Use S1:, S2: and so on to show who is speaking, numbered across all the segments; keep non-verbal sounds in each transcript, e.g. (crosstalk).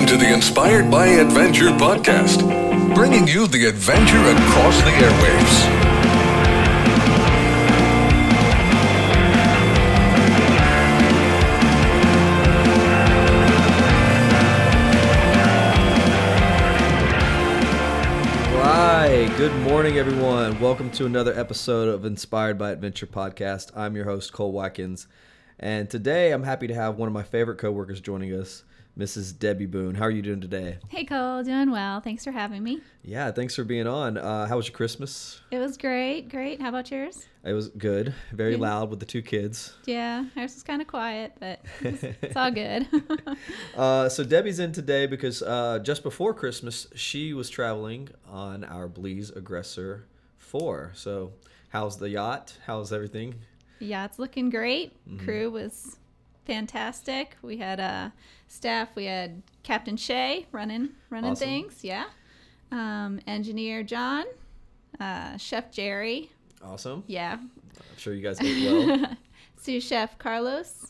S1: Inspired by Adventure podcast, bringing you the adventure across the airwaves.
S2: Right. Good morning, everyone. Welcome to another episode of Inspired by Adventure podcast. I'm your host, Cole Watkins. And today I'm happy to have one of my favorite coworkers joining us, Mrs. Debbie Boone. How are you doing today?
S3: Hey Cole, doing well. Thanks for having me.
S2: Yeah, thanks for being on. Uh, how was your Christmas?
S3: It was great, great. How about yours?
S2: It was good. Very loud with the two kids.
S3: Yeah, ours was kind of quiet, but it's, it's all good. (laughs)
S2: Uh, so Debbie's in today because uh, just before Christmas, she was traveling on our Bleeze Aggressor 4. So, how's the yacht? How's everything?
S3: yeah, it's looking great. Crew was fantastic. We had uh, staff. We had Captain Shay running running
S2: Awesome.
S3: things. Yeah, um, engineer John, uh, chef Jerry.
S2: Awesome.
S3: Yeah,
S2: I'm sure you guys ate well.
S3: sous chef Carlos.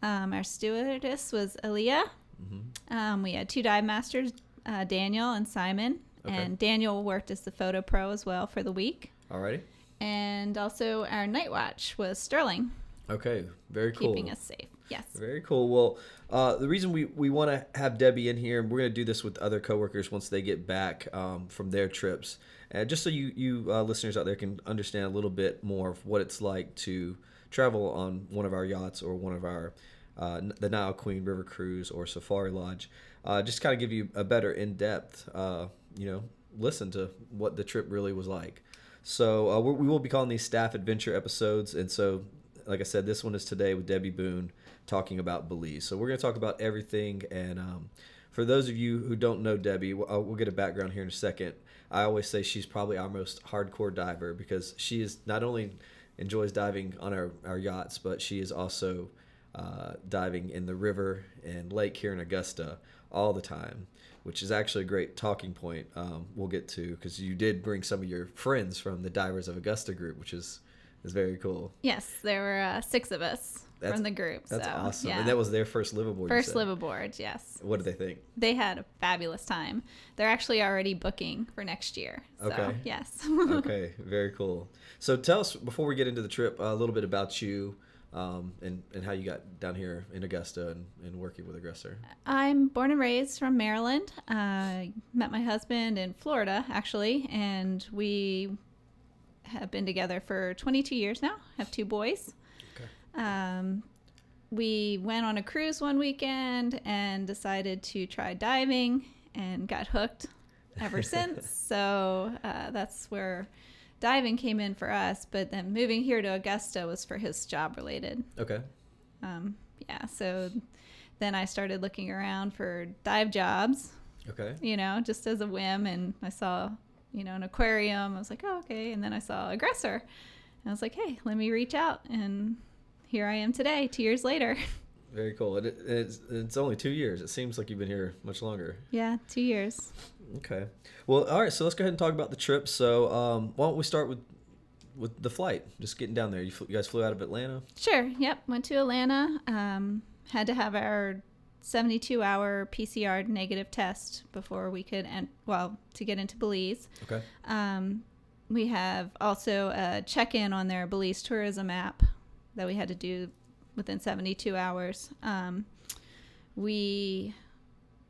S3: Um, our stewardess was Aaliyah.
S2: Mm-hmm.
S3: Um, we had two dive masters, uh, Daniel and Simon.
S2: Okay.
S3: And Daniel worked as the photo pro as well for the week.
S2: Alrighty.
S3: And also our night watch was Sterling,
S2: Okay. Very cool.
S3: keeping us safe. Yes.
S2: Very cool. Well, uh, the reason we, we want to have Debbie in here, and we're going to do this with other coworkers once they get back um, from their trips, uh, just so you, you uh, listeners out there can understand a little bit more of what it's like to travel on one of our yachts or one of our uh, N- the Nile Queen River Cruise or Safari Lodge. Uh, just kind of give you a better in depth, uh, you know, listen to what the trip really was like. So uh, we're, we will be calling these staff adventure episodes, and so like I said, this one is today with Debbie Boone talking about Belize. So we're going to talk about everything. And um, for those of you who don't know Debbie, we'll, uh, we'll get a background here in a second. I always say she's probably our most hardcore diver because she is not only enjoys diving on our, our yachts, but she is also uh, diving in the river and lake here in Augusta all the time, which is actually a great talking point. Um, we'll get to because you did bring some of your friends from the Divers of Augusta group, which is is very cool.
S3: Yes, there were uh, six of us
S2: That's-
S3: from the group.
S2: That's
S3: so,
S2: awesome.
S3: Yeah.
S2: And that was their first liveaboard. you
S3: First
S2: said.
S3: live aboard, yes.
S2: What did they
S3: (laughs)
S2: think?
S3: They had a fabulous time. They're actually already booking for next year. So,
S2: Okay.
S3: yes.
S2: okay, very cool. So tell us before we get into the trip a little bit about you um, and and how you got down here in Augusta and, and working with Aggressor.
S3: I'm born and raised from Maryland. I met my husband in Florida, actually, and we have been together for 22 years now. Have two boys. Um, we went on a cruise one weekend and decided to try diving and got hooked ever since. So uh, that's where diving came in for us. But then moving here to Augusta was for his job related
S2: Okay,
S3: um, yeah so then i started looking around for dive jobs
S2: okay,
S3: you know just as a whim and i saw you know an aquarium i was like oh okay and then i saw aggressor and i was like hey let me reach out and here i am today two years later (laughs)
S2: very cool. And it, it's it's only two years. It seems like you've been here much longer.
S3: yeah two years
S2: Okay. Well, all right. So let's go ahead and talk about the trip. So um, why don't we start with with the flight? Just getting down there. You, fl- you guys flew out of Atlanta.
S3: sure yep went to atlanta um, had to have our 72 hour pcr negative test before we could and well to get into belize
S2: Okay.
S3: Um, we have also a check in on their Belize tourism app that we had to do within 72 hours. Um, we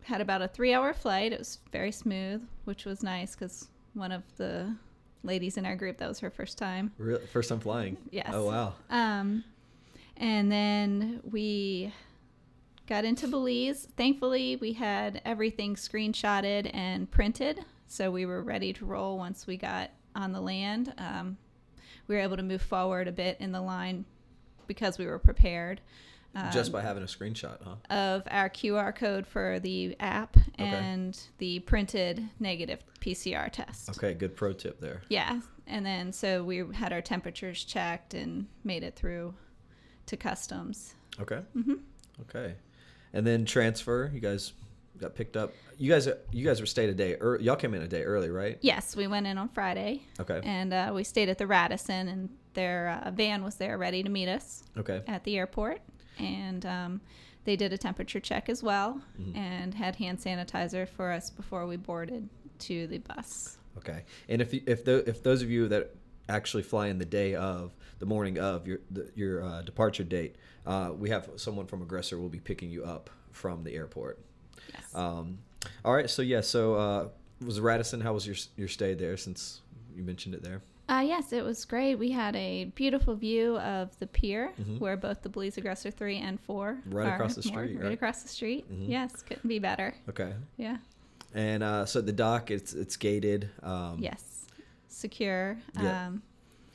S3: had about a three hour flight. It was very smooth, which was nice because one of the ladies in our group, that was her first time.
S2: Real, first time (laughs) flying.
S3: Yes.
S2: Oh wow.
S3: Um, and then we got into Belize. Thankfully, we had everything screenshotted and printed, so we were ready to roll once we got on the land. Um, we were able to move forward a bit in the line because we were prepared um,
S2: Just by having a screenshot, huh?
S3: of our QR code for the app and the printed negative PCR test.
S2: Okay. Good pro tip there.
S3: Yeah. And then so we had our temperatures checked and made it through to customs.
S2: Okay. Mm-hmm. Okay. And then transfer, you guys got picked up. You guys, you guys were stayed a day. Ear y'all came in a day early, right?
S3: Yes, we went in on Friday
S2: Okay.
S3: and uh, we stayed at the Radisson, and their uh, van was there ready to meet us
S2: okay.
S3: at the airport. And um, They did a temperature check as well and had hand sanitizer for us before we boarded to the bus.
S2: Okay. And if you, if tho- if those of you that actually fly in the day of the morning of your the, your uh, departure date, uh, we have someone from Aggressor will be picking you up from the airport.
S3: Yes.
S2: Um, all right. So yeah. So uh, was Radisson? How was your s- your stay there? Since you mentioned it there.
S3: Uh, yes, it was great. We had a beautiful view of the pier where both the Blues Aggressor 3 and 4
S2: Mm-hmm. Right
S3: are
S2: across the
S3: moored,
S2: street,
S3: Right,
S2: right? Mm-hmm.
S3: across the street. Yes, couldn't be better.
S2: Okay.
S3: Yeah.
S2: And uh, so the dock, it's it's gated. Um,
S3: Yes. Secure.
S2: Yeah.
S3: Um,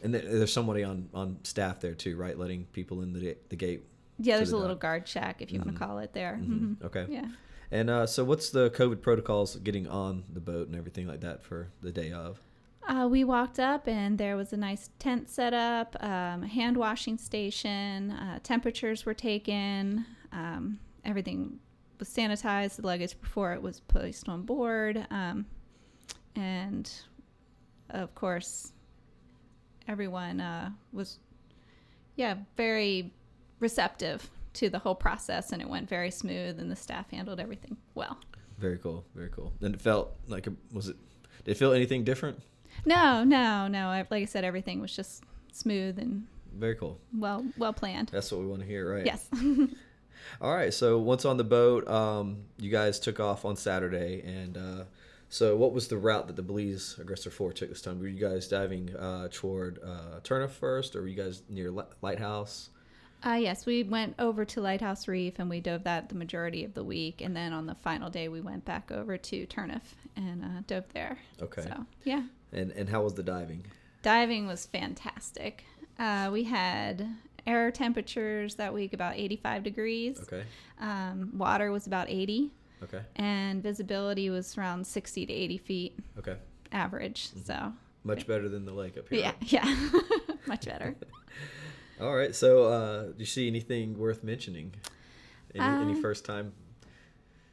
S2: And th- there's somebody on on staff there too, right? Letting people in the the gate.
S3: yeah,
S2: to
S3: there's
S2: the Mm-hmm.
S3: a little
S2: dock.
S3: guard shack if you want to call it there. Mhm.
S2: Okay.
S3: Yeah.
S2: And uh, so, what's the COVID protocols getting on the boat and everything like that for the day of?
S3: Uh, we walked up and there was a nice tent set up, um, hand washing station, uh, temperatures were taken, um, everything was sanitized, the luggage before it was placed on board. Um, and of course, everyone uh, was, yeah, very receptive to the whole process and it went very smooth and the staff handled everything well.
S2: Very cool, very cool. And it felt like a, was it? Did it feel anything different?
S3: No, no, no. I- Like I said, everything was just smooth and
S2: Very cool.
S3: well well planned.
S2: That's what we want to hear, right?
S3: Yes. (laughs)
S2: All right. So once on the boat, um, you guys took off on Saturday, and uh, so what was the route that the Belize Aggressor Four took this time? Were you guys diving uh, toward uh, Turner first, or were you guys near Li- Lighthouse?
S3: Uh, yes, we went over to Lighthouse Reef and we dove that the majority of the week, and then on the final day we went back over to Turniff and uh, dove there.
S2: Okay.
S3: So yeah,
S2: And and how was the diving?
S3: diving was fantastic. Uh, we had air temperatures that week about 85 degrees.
S2: Okay.
S3: Um, water was about 80,
S2: Okay.
S3: and visibility was around 60 to 80 feet
S2: Okay.
S3: average.
S2: Mm-hmm.
S3: So
S2: Much better than the lake up here.
S3: yeah, (laughs) yeah, much better.
S2: All right. So, uh, do you see anything worth mentioning? Any, any
S3: Um,
S2: first time?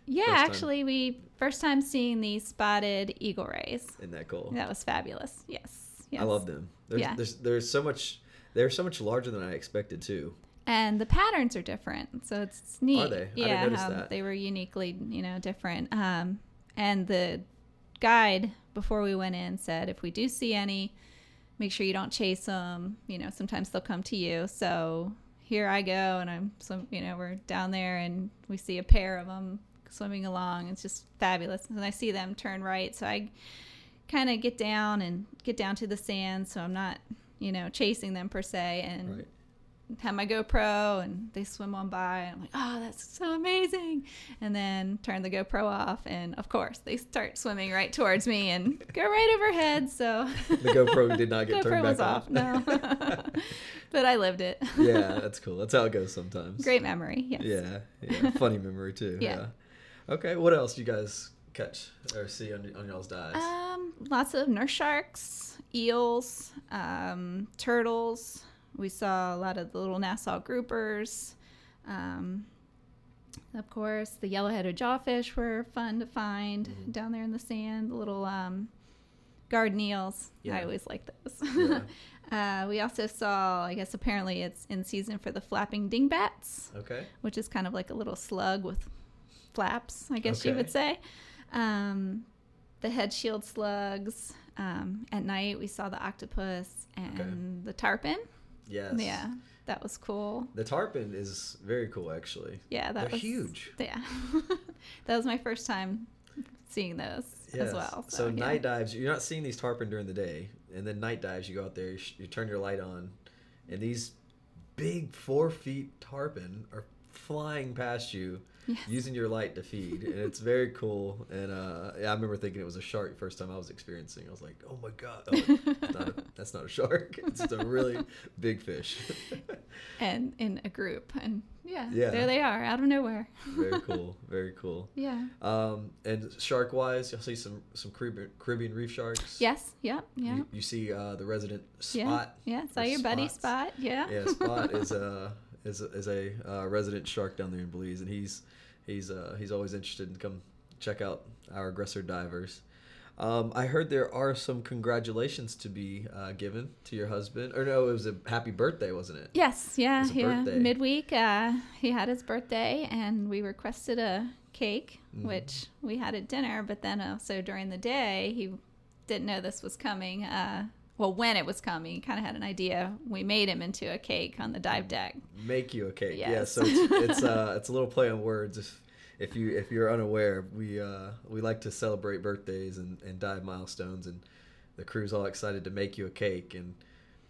S3: Yeah,
S2: First time.
S3: actually, we first time seeing the spotted eagle rays.
S2: Isn't that cool?
S3: That was fabulous. Yes. yes.
S2: I love them. There's,
S3: Yeah.
S2: there's, there's so much. They're so much larger than I expected too.
S3: And the patterns are different, so it's neat.
S2: they? I didn't
S3: Yeah,
S2: notice
S3: how
S2: that.
S3: they were uniquely, you know, different. Um, and the guide before we went in said, if we do see any, make sure you don't chase them. You know, sometimes they'll come to you. So here I go, and I'm some, you know, we're down there, and we see a pair of them swimming along. It's just fabulous. And I see them turn right, so I kind of get down and get down to the sand, so I'm not, you know, chasing them per se, and
S2: Right.
S3: have my GoPro and they swim on by and I'm like, oh, that's so amazing. And then turn the GoPro off and of course they start swimming right towards me and go right overhead. So
S2: The
S3: (laughs)
S2: GoPro did not get
S3: GoPro
S2: turned back
S3: was off. No, (laughs) but I lived it.
S2: (laughs) yeah, that's cool. That's how it goes sometimes.
S3: (laughs) Great memory. Yes.
S2: Yeah. Yeah. Funny memory too. Yeah.
S3: (laughs) Yeah.
S2: Okay. What else you guys catch or see on, y- on y'all's dives?
S3: Um, lots of nurse sharks, eels, um, turtles. We saw a lot of the little Nassau groupers. Um, of course, the yellow-headed jawfish were fun to find
S2: Mm-hmm.
S3: down there in the sand. The little um, garden eels.
S2: Yeah.
S3: I always like those. (laughs)
S2: Yeah.
S3: uh, we also saw, I guess, apparently it's in season for the flapping dingbats
S2: okay.
S3: which is kind of like a little slug with flaps, I guess you
S2: Okay.
S3: would say. Um, the head shield slugs. Um, at night, we saw the octopus and the tarpon.
S2: Yes.
S3: Yeah, that was cool.
S2: The tarpon is very cool, actually.
S3: Yeah, that
S2: They're
S3: was
S2: huge.
S3: Yeah, (laughs) that was my first time seeing those as well.
S2: So,
S3: yeah.
S2: night dives, you're not seeing these tarpon during the day, and then night dives, you go out there, you, sh- you turn your light on, and these big four feet tarpon are flying past you, using your light to feed, and it's very cool. And uh, yeah, I remember thinking it was a shark first time I was experiencing. I was like, oh my god, oh, it's not
S3: (laughs)
S2: a- that's not a shark. (laughs) It's a really big fish. (laughs)
S3: and in a group, and yeah,
S2: Yeah.
S3: there they are out of nowhere.
S2: very cool. Very cool.
S3: yeah.
S2: Um, and shark wise, you'll see some some Caribbean, Caribbean reef sharks.
S3: Yes. Yep. Yeah.
S2: You, you see uh, the resident
S3: yeah.
S2: spot.
S3: yeah. Saw
S2: or
S3: your buddy
S2: spots.
S3: spot. Yeah.
S2: Yeah,
S3: (laughs)
S2: spot is a is a, is a uh, resident shark down there in Belize, and he's he's uh, he's always interested in come check out our aggressor divers. Um, I heard there are some congratulations to be uh, given to your husband. Or no, it was a happy birthday, wasn't it?
S3: Yes, yeah,
S2: It's a
S3: yeah.
S2: birthday.
S3: Midweek, uh, he had his birthday, and we requested a cake,
S2: Mm-hmm.
S3: which we had at dinner. But then also during the day, he didn't know this was coming. Uh, well, when it was coming, he kind of had an idea. We made him into a cake on the
S2: Mm.
S3: dive deck.
S2: Make you a cake. Yeah.
S3: Yes.
S2: So it's
S3: (laughs)
S2: it's, uh, it's a little play on words. If, if you if you're unaware, we uh, we like to celebrate birthdays and, and dive milestones, and the crew's all excited to make you a cake, and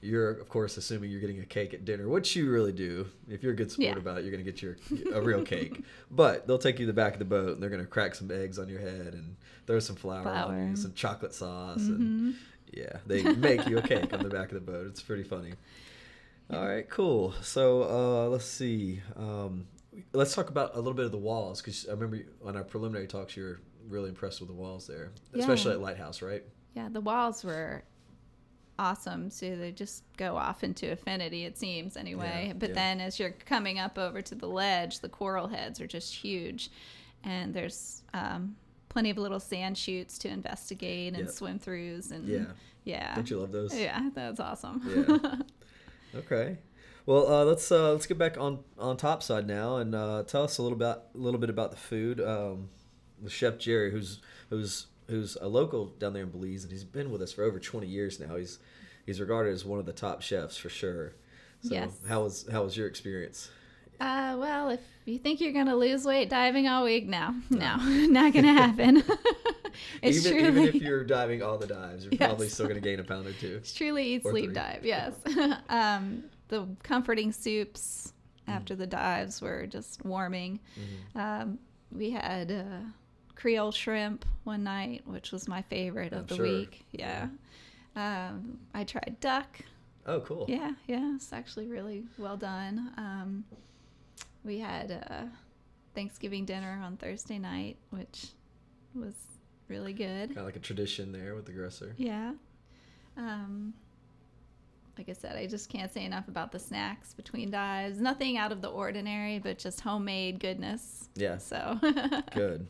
S2: you're of course assuming you're getting a cake at dinner, which you really do. If you're a good sport
S3: Yeah.
S2: about it, you're gonna get your a real
S3: (laughs)
S2: cake. But they'll take you to the back of the boat, and they're gonna crack some eggs on your head, and throw some flour, on
S3: Flour. Mm-hmm.
S2: you, some chocolate sauce, and yeah, they make you a cake on the back of the boat. It's pretty funny. All right, cool. So uh, let's see. Um, let's talk about a little bit of the walls because I remember you- on our preliminary talks you were really impressed with the walls there, especially
S3: Yeah.
S2: at Lighthouse, right?
S3: Yeah, the walls were awesome. So they just go off into infinity, it seems, anyway.
S2: Yeah,
S3: but
S2: yeah.
S3: then as you're coming up over to the ledge, the coral heads are just huge. And there's um, plenty of little sand chutes to investigate and
S2: Yep.
S3: swim throughs. And
S2: Yeah.
S3: yeah.
S2: Don't you love those?
S3: yeah, that's awesome.
S2: Yeah. Okay. Well, uh, let's uh, let's get back on on top side now and uh, tell us a little about a little bit about the food. Um, with Chef Jerry, who's who's who's a local down there in Belize, and he's been with us for over twenty years now. He's he's regarded as one of the top chefs for sure. So,
S3: Yes.
S2: how was how was your experience?
S3: (laughs) uh, well, if you think you're going to lose weight diving all week, no, no, (laughs) not going
S2: (laughs)
S3: to happen. it's
S2: even,
S3: truly. (laughs)
S2: even if you're diving all the dives, you're probably
S3: Yes.
S2: still going to gain a pound or two.
S3: It's truly eat,
S2: Or
S3: sleep,
S2: three.
S3: dive. Yes. (laughs) um, the comforting soups after the dives were just warming.
S2: Mm-hmm.
S3: Um, we had uh, Creole shrimp one night, which was my favorite
S2: I'm
S3: of the
S2: sure.
S3: week. Yeah. Um, I tried duck.
S2: Oh, cool.
S3: Yeah, yeah. It's actually really well done. Um, we had uh, Thanksgiving dinner on Thursday night, which was really good.
S2: Kind of like a tradition there with the grocer.
S3: Yeah. Um, like I said, I just can't say enough about the snacks between dives. Nothing out of the ordinary, but just homemade goodness.
S2: Yeah.
S3: So, (laughs)
S2: Good.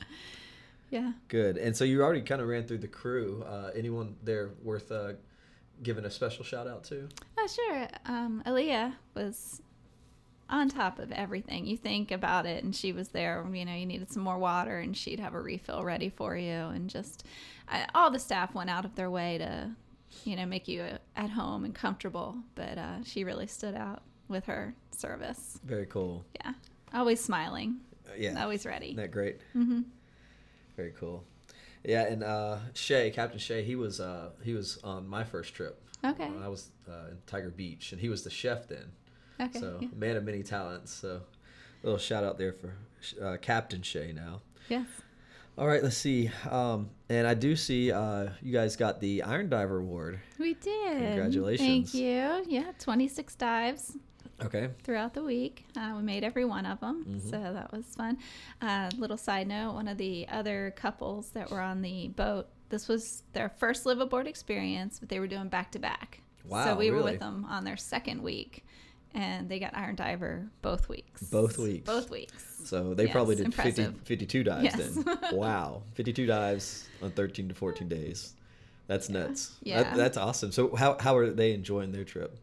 S3: yeah.
S2: Good. And so you already kind of ran through the crew. Uh, anyone there worth uh, giving a special shout out to?
S3: Oh, sure. Um, Aaliyah was on top of everything. You think about it, and she was there. You know, you needed some more water, and she'd have a refill ready for you. And just I, all the staff went out of their way to, you know, make you uh, at home and comfortable. But uh, she really stood out with her service.
S2: Very cool.
S3: Yeah. Always smiling.
S2: Uh, yeah.
S3: Always ready.
S2: Isn't that great? Mm-hmm. Very cool. Yeah, and uh, Shay, Captain Shay, he was uh, he was on my first trip.
S3: Okay.
S2: When I was uh, in Tiger Beach, and he was the chef then.
S3: Okay.
S2: So
S3: yeah.
S2: man of many talents. So little shout out there for uh, Captain Shay now.
S3: Yes.
S2: All right, let's see. Um, and I do see uh, you guys got the Iron Diver Award.
S3: We did.
S2: Congratulations.
S3: Thank you. Yeah. 26 dives
S2: Okay.
S3: throughout the week. Uh, we made every one of them.
S2: Mm-hmm.
S3: So that was fun. Uh, little side note one of the other couples that were on the boat, this was their first live aboard experience, but they were doing back to back.
S2: Wow,
S3: So we were
S2: really?
S3: with them on their second week. And they got Iron Diver both weeks.
S2: Both weeks.
S3: Both weeks.
S2: So they
S3: Yes,
S2: probably did 50,
S3: impressive.
S2: 52 dives
S3: Yes.
S2: then.
S3: (laughs)
S2: Wow. 52 dives on 13 to 14 days. That's nuts. That-
S3: Yeah.
S2: that's awesome. So how, how are they enjoying their trip?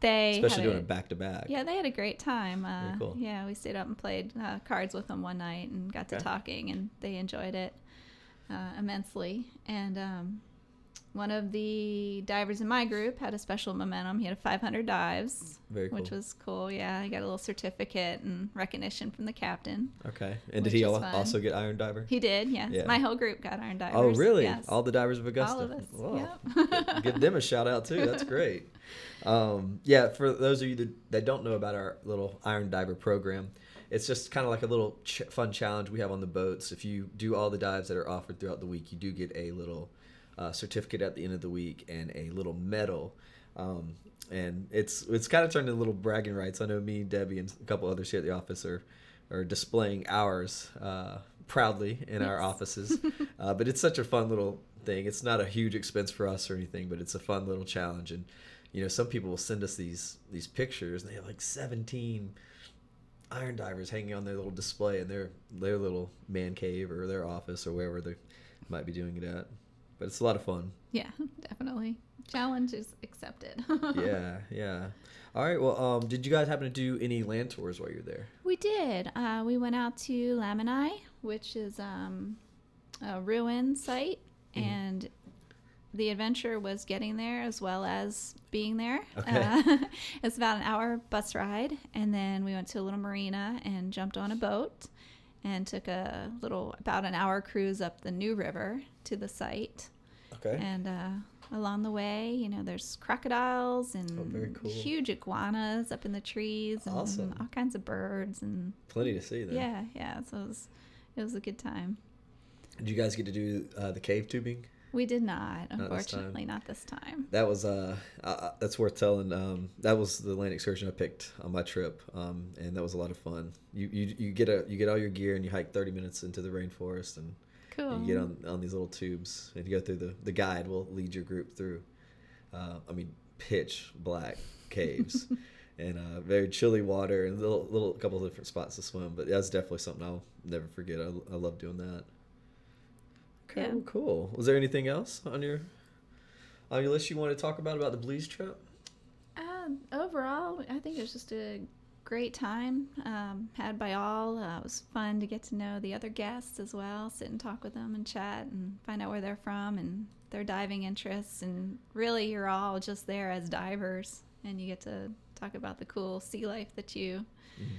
S3: They
S2: Especially
S3: had
S2: doing
S3: a-
S2: it back to back.
S3: Yeah, they had a great time. Uh,
S2: Very cool.
S3: Yeah, we stayed up and played uh, cards with them one night and got to
S2: Okay.
S3: talking, and they enjoyed it uh, immensely. And um, one of the divers in my group had a special momentum. He had a 500 dives,
S2: Very
S3: which
S2: cool.
S3: was cool. Yeah, he got a little certificate and recognition from the captain.
S2: Okay. And
S3: Which
S2: did he
S3: is
S2: al-
S3: fun.
S2: also get Iron Diver?
S3: He did, yes.
S2: Yeah.
S3: My whole group got iron divers.
S2: Oh, really?
S3: Yes.
S2: All the divers of Augusta.
S3: All of us.
S2: Wow.
S3: Yep.
S2: give them a shout out too. That's
S3: (laughs)
S2: great. Um, yeah, for those of you that, that don't know about our little Iron Diver program, it's just kind of like a little ch- fun challenge we have on the boats. If you do all the dives that are offered throughout the week, you do get a little uh, certificate at the end of the week and a little medal. Um, and it's it's kind of turned into little bragging rights. I know me, Debbie, and a couple others here at the office are, are displaying ours uh, proudly in our offices. (laughs) uh, but it's such a fun little thing. It's not a huge expense for us or anything, but it's a fun little challenge. And you know, some people will send us these these pictures, and they have like seventeen iron divers hanging on their little display in their their little man cave or their office or wherever they might be doing it at. but it's a lot of fun.
S3: Yeah, (laughs) definitely. Challenge is accepted. (laughs)
S2: yeah, yeah. All right. Well, um, did you guys happen to do any land tours while you were there?
S3: We did. Uh, we went out to Laminae, which is um, a ruin site,
S2: Mm-hmm.
S3: and the adventure was getting there as well as being there.
S2: Okay.
S3: Uh, (laughs) it's about an hour bus ride, and then we went to a little marina and jumped on a boat and took a little about an hour cruise up the New River to the site.
S2: Okay.
S3: And uh, along the way, you know, there's crocodiles and
S2: Oh, very cool.
S3: huge iguanas up in the trees and
S2: Awesome.
S3: all kinds of birds and
S2: Plenty to see there.
S3: yeah, yeah. So it was, it was a good time.
S2: Did you guys get to do uh, the cave tubing?
S3: We did not,
S2: this time.
S3: unfortunately, not this time.
S2: That was uh, uh that's worth telling. Um, that was the land excursion I picked on my trip. Um, and that was a lot of fun. You you, you get a you get all your gear and you hike 30 minutes into the rainforest and
S3: Cool.
S2: you get on on these little tubes and you go through the the guide will lead your group through. Uh, I mean, pitch black
S3: (laughs)
S2: caves. And uh, very chilly water and little, little couple of different spots to swim, but that's definitely something I'll never forget. I, I love doing that. Okay,
S3: Yeah.
S2: well, cool. Was there anything else on your on your list you want to talk about about the Blues trip?
S3: Uh, overall, I think it was just a great time um, had by all. Uh, it was fun to get to know the other guests as well, sit and talk with them and chat and find out where they're from and their diving interests. And really, you're all just there as divers, and you get to talk about the cool sea life that you
S2: Mm-hmm.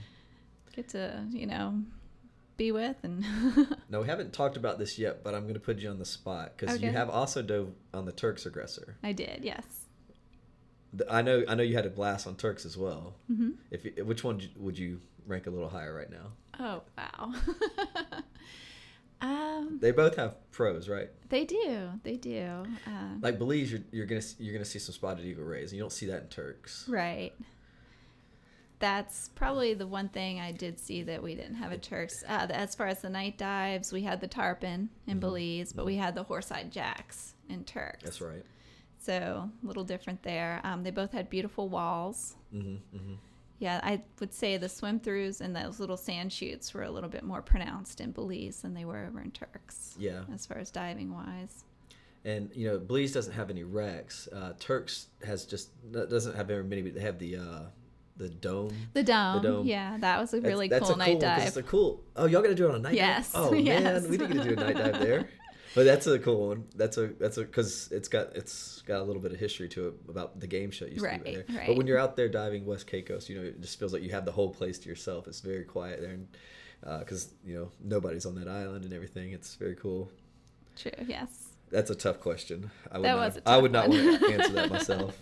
S3: get to, you know, be with. And (laughs)
S2: No, we haven't talked about this yet, but I'm going to put you on the spot because you
S3: Okay.
S2: have also dove on the Turks aggressor.
S3: I did, yes.
S2: Th- I know, I know you had a blast on Turks as well. Mm-hmm. If you- which one j- would you rank a little higher right now?
S3: Oh wow. (laughs) um,
S2: They both have pros, right?
S3: they do, they do. Uh,
S2: Like Belize, you're, you're gonna s- you're gonna see some spotted eagle rays, and you don't see that in Turks.
S3: Right. That's probably the one thing I did see that we didn't have at Turks. Uh, the- as far as the night dives, we had the tarpon in Belize, but we had the horse-eyed jacks in Turks.
S2: That's right.
S3: So a little different there. Um, they both had beautiful walls. Mm-hmm, Yeah, I would say the swim throughs and those little sand chutes were a little bit more pronounced in Belize than they were over in Turks.
S2: Yeah.
S3: As far as diving wise.
S2: and you know Belize doesn't have any wrecks. Uh, Turks has just that doesn't have very many, but they have the uh, the dome.
S3: The dome,
S2: dome.
S3: yeah, that was a really
S2: that's,
S3: cool
S2: that's a
S3: night
S2: cool one 'cause
S3: dive.
S2: It's a cool. Oh, y'all got to do it on a night.
S3: Yes,
S2: Dive? Oh
S3: (laughs) yes.
S2: man, we didn't get to do a night dive
S3: (laughs)
S2: there. But that's a cool one. That's a that's a because it's got it's got a little bit of history to it about the game show. Used to be
S3: Right,
S2: there. But
S3: right.
S2: when you're out there diving West Caicos, you know it just feels like you have the whole place to yourself. It's very quiet there, and because you know nobody's on that island and everything. It's very cool.
S3: True. Yes.
S2: That's a tough question. I would
S3: That
S2: not,
S3: was a
S2: I
S3: tough
S2: would not
S3: one.
S2: want to answer that
S3: (laughs)
S2: myself.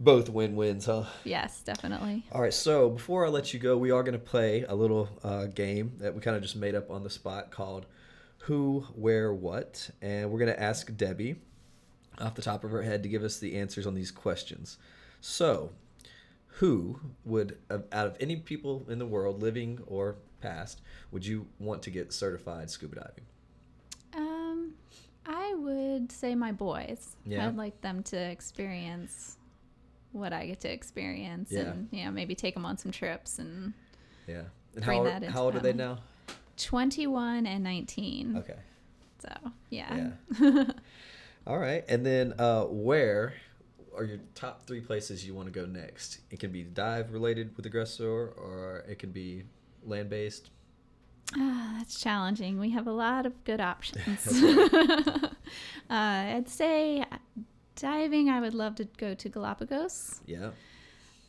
S2: Both win wins, huh?
S3: Yes, definitely.
S2: All right. So before I let you go, we are going to play a little uh, game that we kind of just made up on the spot called Who, Where, What, and we're going to ask Debbie off the top of her head to give us the answers on these questions. So, who would, of- out of any people in the world, living or past, would you want to get certified scuba diving?
S3: Um, I would say my boys.
S2: Yeah.
S3: I'd like them to experience what I get to experience,
S2: Yeah.
S3: and you know, maybe take them on some trips. And
S2: Yeah. And
S3: Bring
S2: how,
S3: that
S2: old-
S3: into
S2: how old are they
S3: family.
S2: now?
S3: twenty-one and nineteen.
S2: Okay.
S3: So yeah.
S2: Uh, Yeah. All right. And then uh, where are your top three places you want to go next? It can be dive related with aggressor, or it can be land based.
S3: Ah, that's challenging. We have a lot of
S2: (laughs)
S3: good options. (laughs) uh, I'd say uh, diving. I would love to go to Galapagos.
S2: Yeah.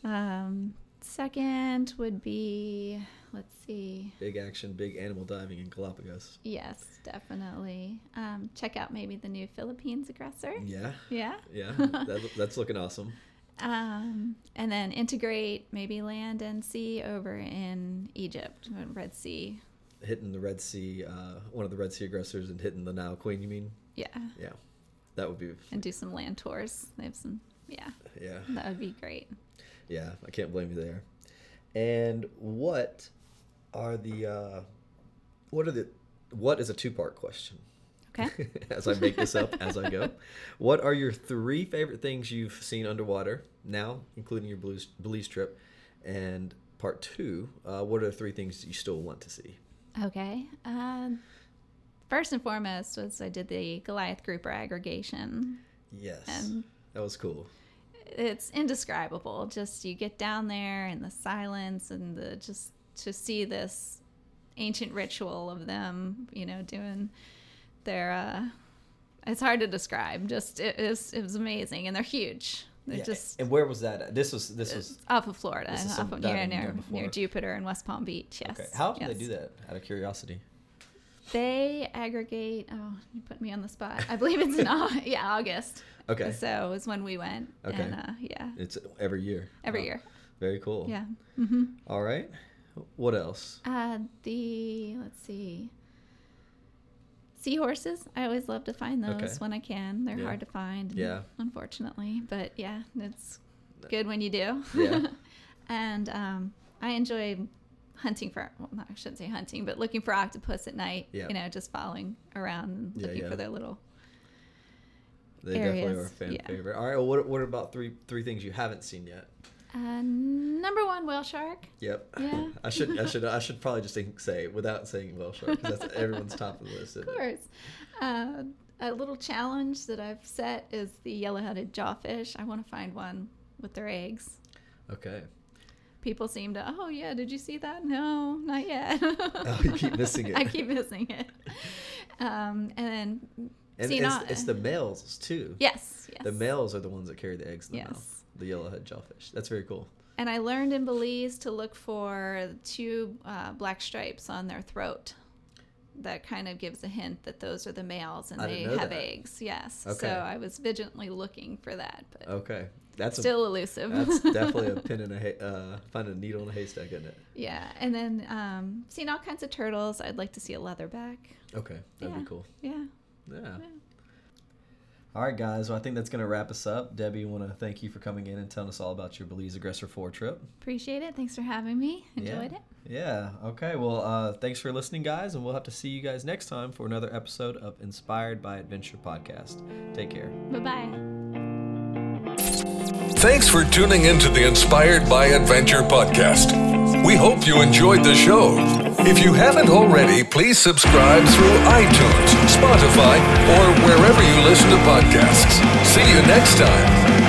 S3: Um, second would be let's see.
S2: Big action, big animal diving in Galapagos.
S3: Yes, definitely. Um, check out maybe the new Philippines aggressor.
S2: Yeah.
S3: Yeah. (laughs)
S2: Yeah. that, that's looking awesome.
S3: Um, and then integrate maybe land and sea over in Egypt, uh, Red Sea.
S2: Hitting the Red Sea, uh, one of the Red Sea aggressors, and hitting the Nile Queen, you mean?
S3: Yeah.
S2: Yeah. That would be,
S3: And do some land tours. They have some, yeah,
S2: yeah.
S3: that would be great.
S2: Yeah, I can't blame you there. And what are the uh, what are the what is a two part question? (laughs)
S3: Okay.
S2: as I make this up as I go. (laughs) What are your three favorite things you've seen underwater now, including your blues Belize trip? And part two, uh, what are the three things that you still want to see?
S3: okay. Um, First and foremost was I did the Goliath grouper aggregation.
S2: Yes.
S3: And
S2: that was cool.
S3: it's indescribable. Just you get down there and the silence and the just to see this ancient ritual of them, you know, doing their. Uh, it's hard to describe. Just it, it was it was amazing, and they're huge. They're
S2: Yeah,
S3: just Uh,
S2: and where was that? at? This was this was
S3: off of Florida,
S2: This is
S3: off
S2: something
S3: of
S2: that I haven't
S3: near, near,
S2: done
S3: near
S2: before.
S3: Jupiter and West Palm Beach. Yes.
S2: okay. How do they
S3: yes.
S2: do that? Out of curiosity.
S3: They aggregate. Oh, you put me on the spot. I
S2: (laughs)
S3: believe it's in Au- yeah August.
S2: Okay.
S3: So is when we went.
S2: Okay.
S3: And, uh, yeah.
S2: It's every year.
S3: Every
S2: Wow.
S3: year.
S2: Very cool.
S3: Yeah. Mm-hmm.
S2: All right. What else?
S3: Uh, the let's see. Seahorses. I always love to find those
S2: Okay.
S3: when I can. They're
S2: Yeah.
S3: hard to find.
S2: Yeah.
S3: Unfortunately, but yeah, it's good when you do.
S2: Yeah.
S3: (laughs) and um, I enjoy hunting for. Well, no, I shouldn't say hunting, but looking for octopus at night.
S2: Yeah.
S3: You know, just following around, and
S2: Yeah,
S3: looking
S2: yeah.
S3: for their little.
S2: They
S3: There he
S2: definitely are a
S3: is.
S2: fan
S3: Yeah.
S2: favorite. All right. Well, what, what about three three things you haven't seen yet?
S3: Uh, number one whale shark.
S2: Yep.
S3: Yeah.
S2: (laughs) I should I should I should probably just think, say it without saying whale shark 'cause
S3: (laughs)
S2: that's everyone's top of the list. Isn't
S3: Of
S2: It?
S3: course. Uh, a little challenge that I've set is the yellow-headed jawfish. I want to find one with their eggs.
S2: Okay.
S3: People seem to, oh yeah, did you see that? No,
S2: (laughs)
S3: not yet.
S2: Oh, you keep missing it.
S3: (laughs) I keep missing it. Um, and then
S2: And
S3: seeing
S2: it's,
S3: all-
S2: it's the males too.
S3: uh, yes, yes.
S2: The males are the ones that carry the eggs in the
S3: Yes.
S2: mouth. The yellowhead jawfish. That's very cool.
S3: And I learned in Belize to look for two uh, black stripes on their throat. That kind of gives a hint that those are the males and
S2: I
S3: they
S2: didn't know
S3: have
S2: that.
S3: eggs. Yes.
S2: Okay.
S3: So I was vigilantly looking for that, but
S2: Okay. That's a,
S3: still elusive.
S2: that's
S3: (laughs)
S2: definitely a pin in a hay, uh, find a needle in a haystack, isn't it?
S3: yeah. And then um, seen all kinds of turtles. I'd like to see a leatherback.
S2: Okay. That'd
S3: yeah.
S2: be cool.
S3: Yeah.
S2: Yeah. All right, guys. Well, I think that's going to wrap us up. Debbie, want to thank you for coming in and telling us all about your Belize Aggressor 4 trip.
S3: Appreciate it. Thanks for having me. Enjoyed
S2: yeah.
S3: it.
S2: Yeah. Okay. Well, uh, thanks for listening, guys, and we'll have to see you guys next time for another episode of Inspired by Adventure podcast. Take care.
S3: Bye bye.
S1: Thanks for tuning in to the Inspired by Adventure podcast. We hope you enjoyed the show. If you haven't already, please subscribe through iTunes, Spotify, or wherever you listen to podcasts. See you next time.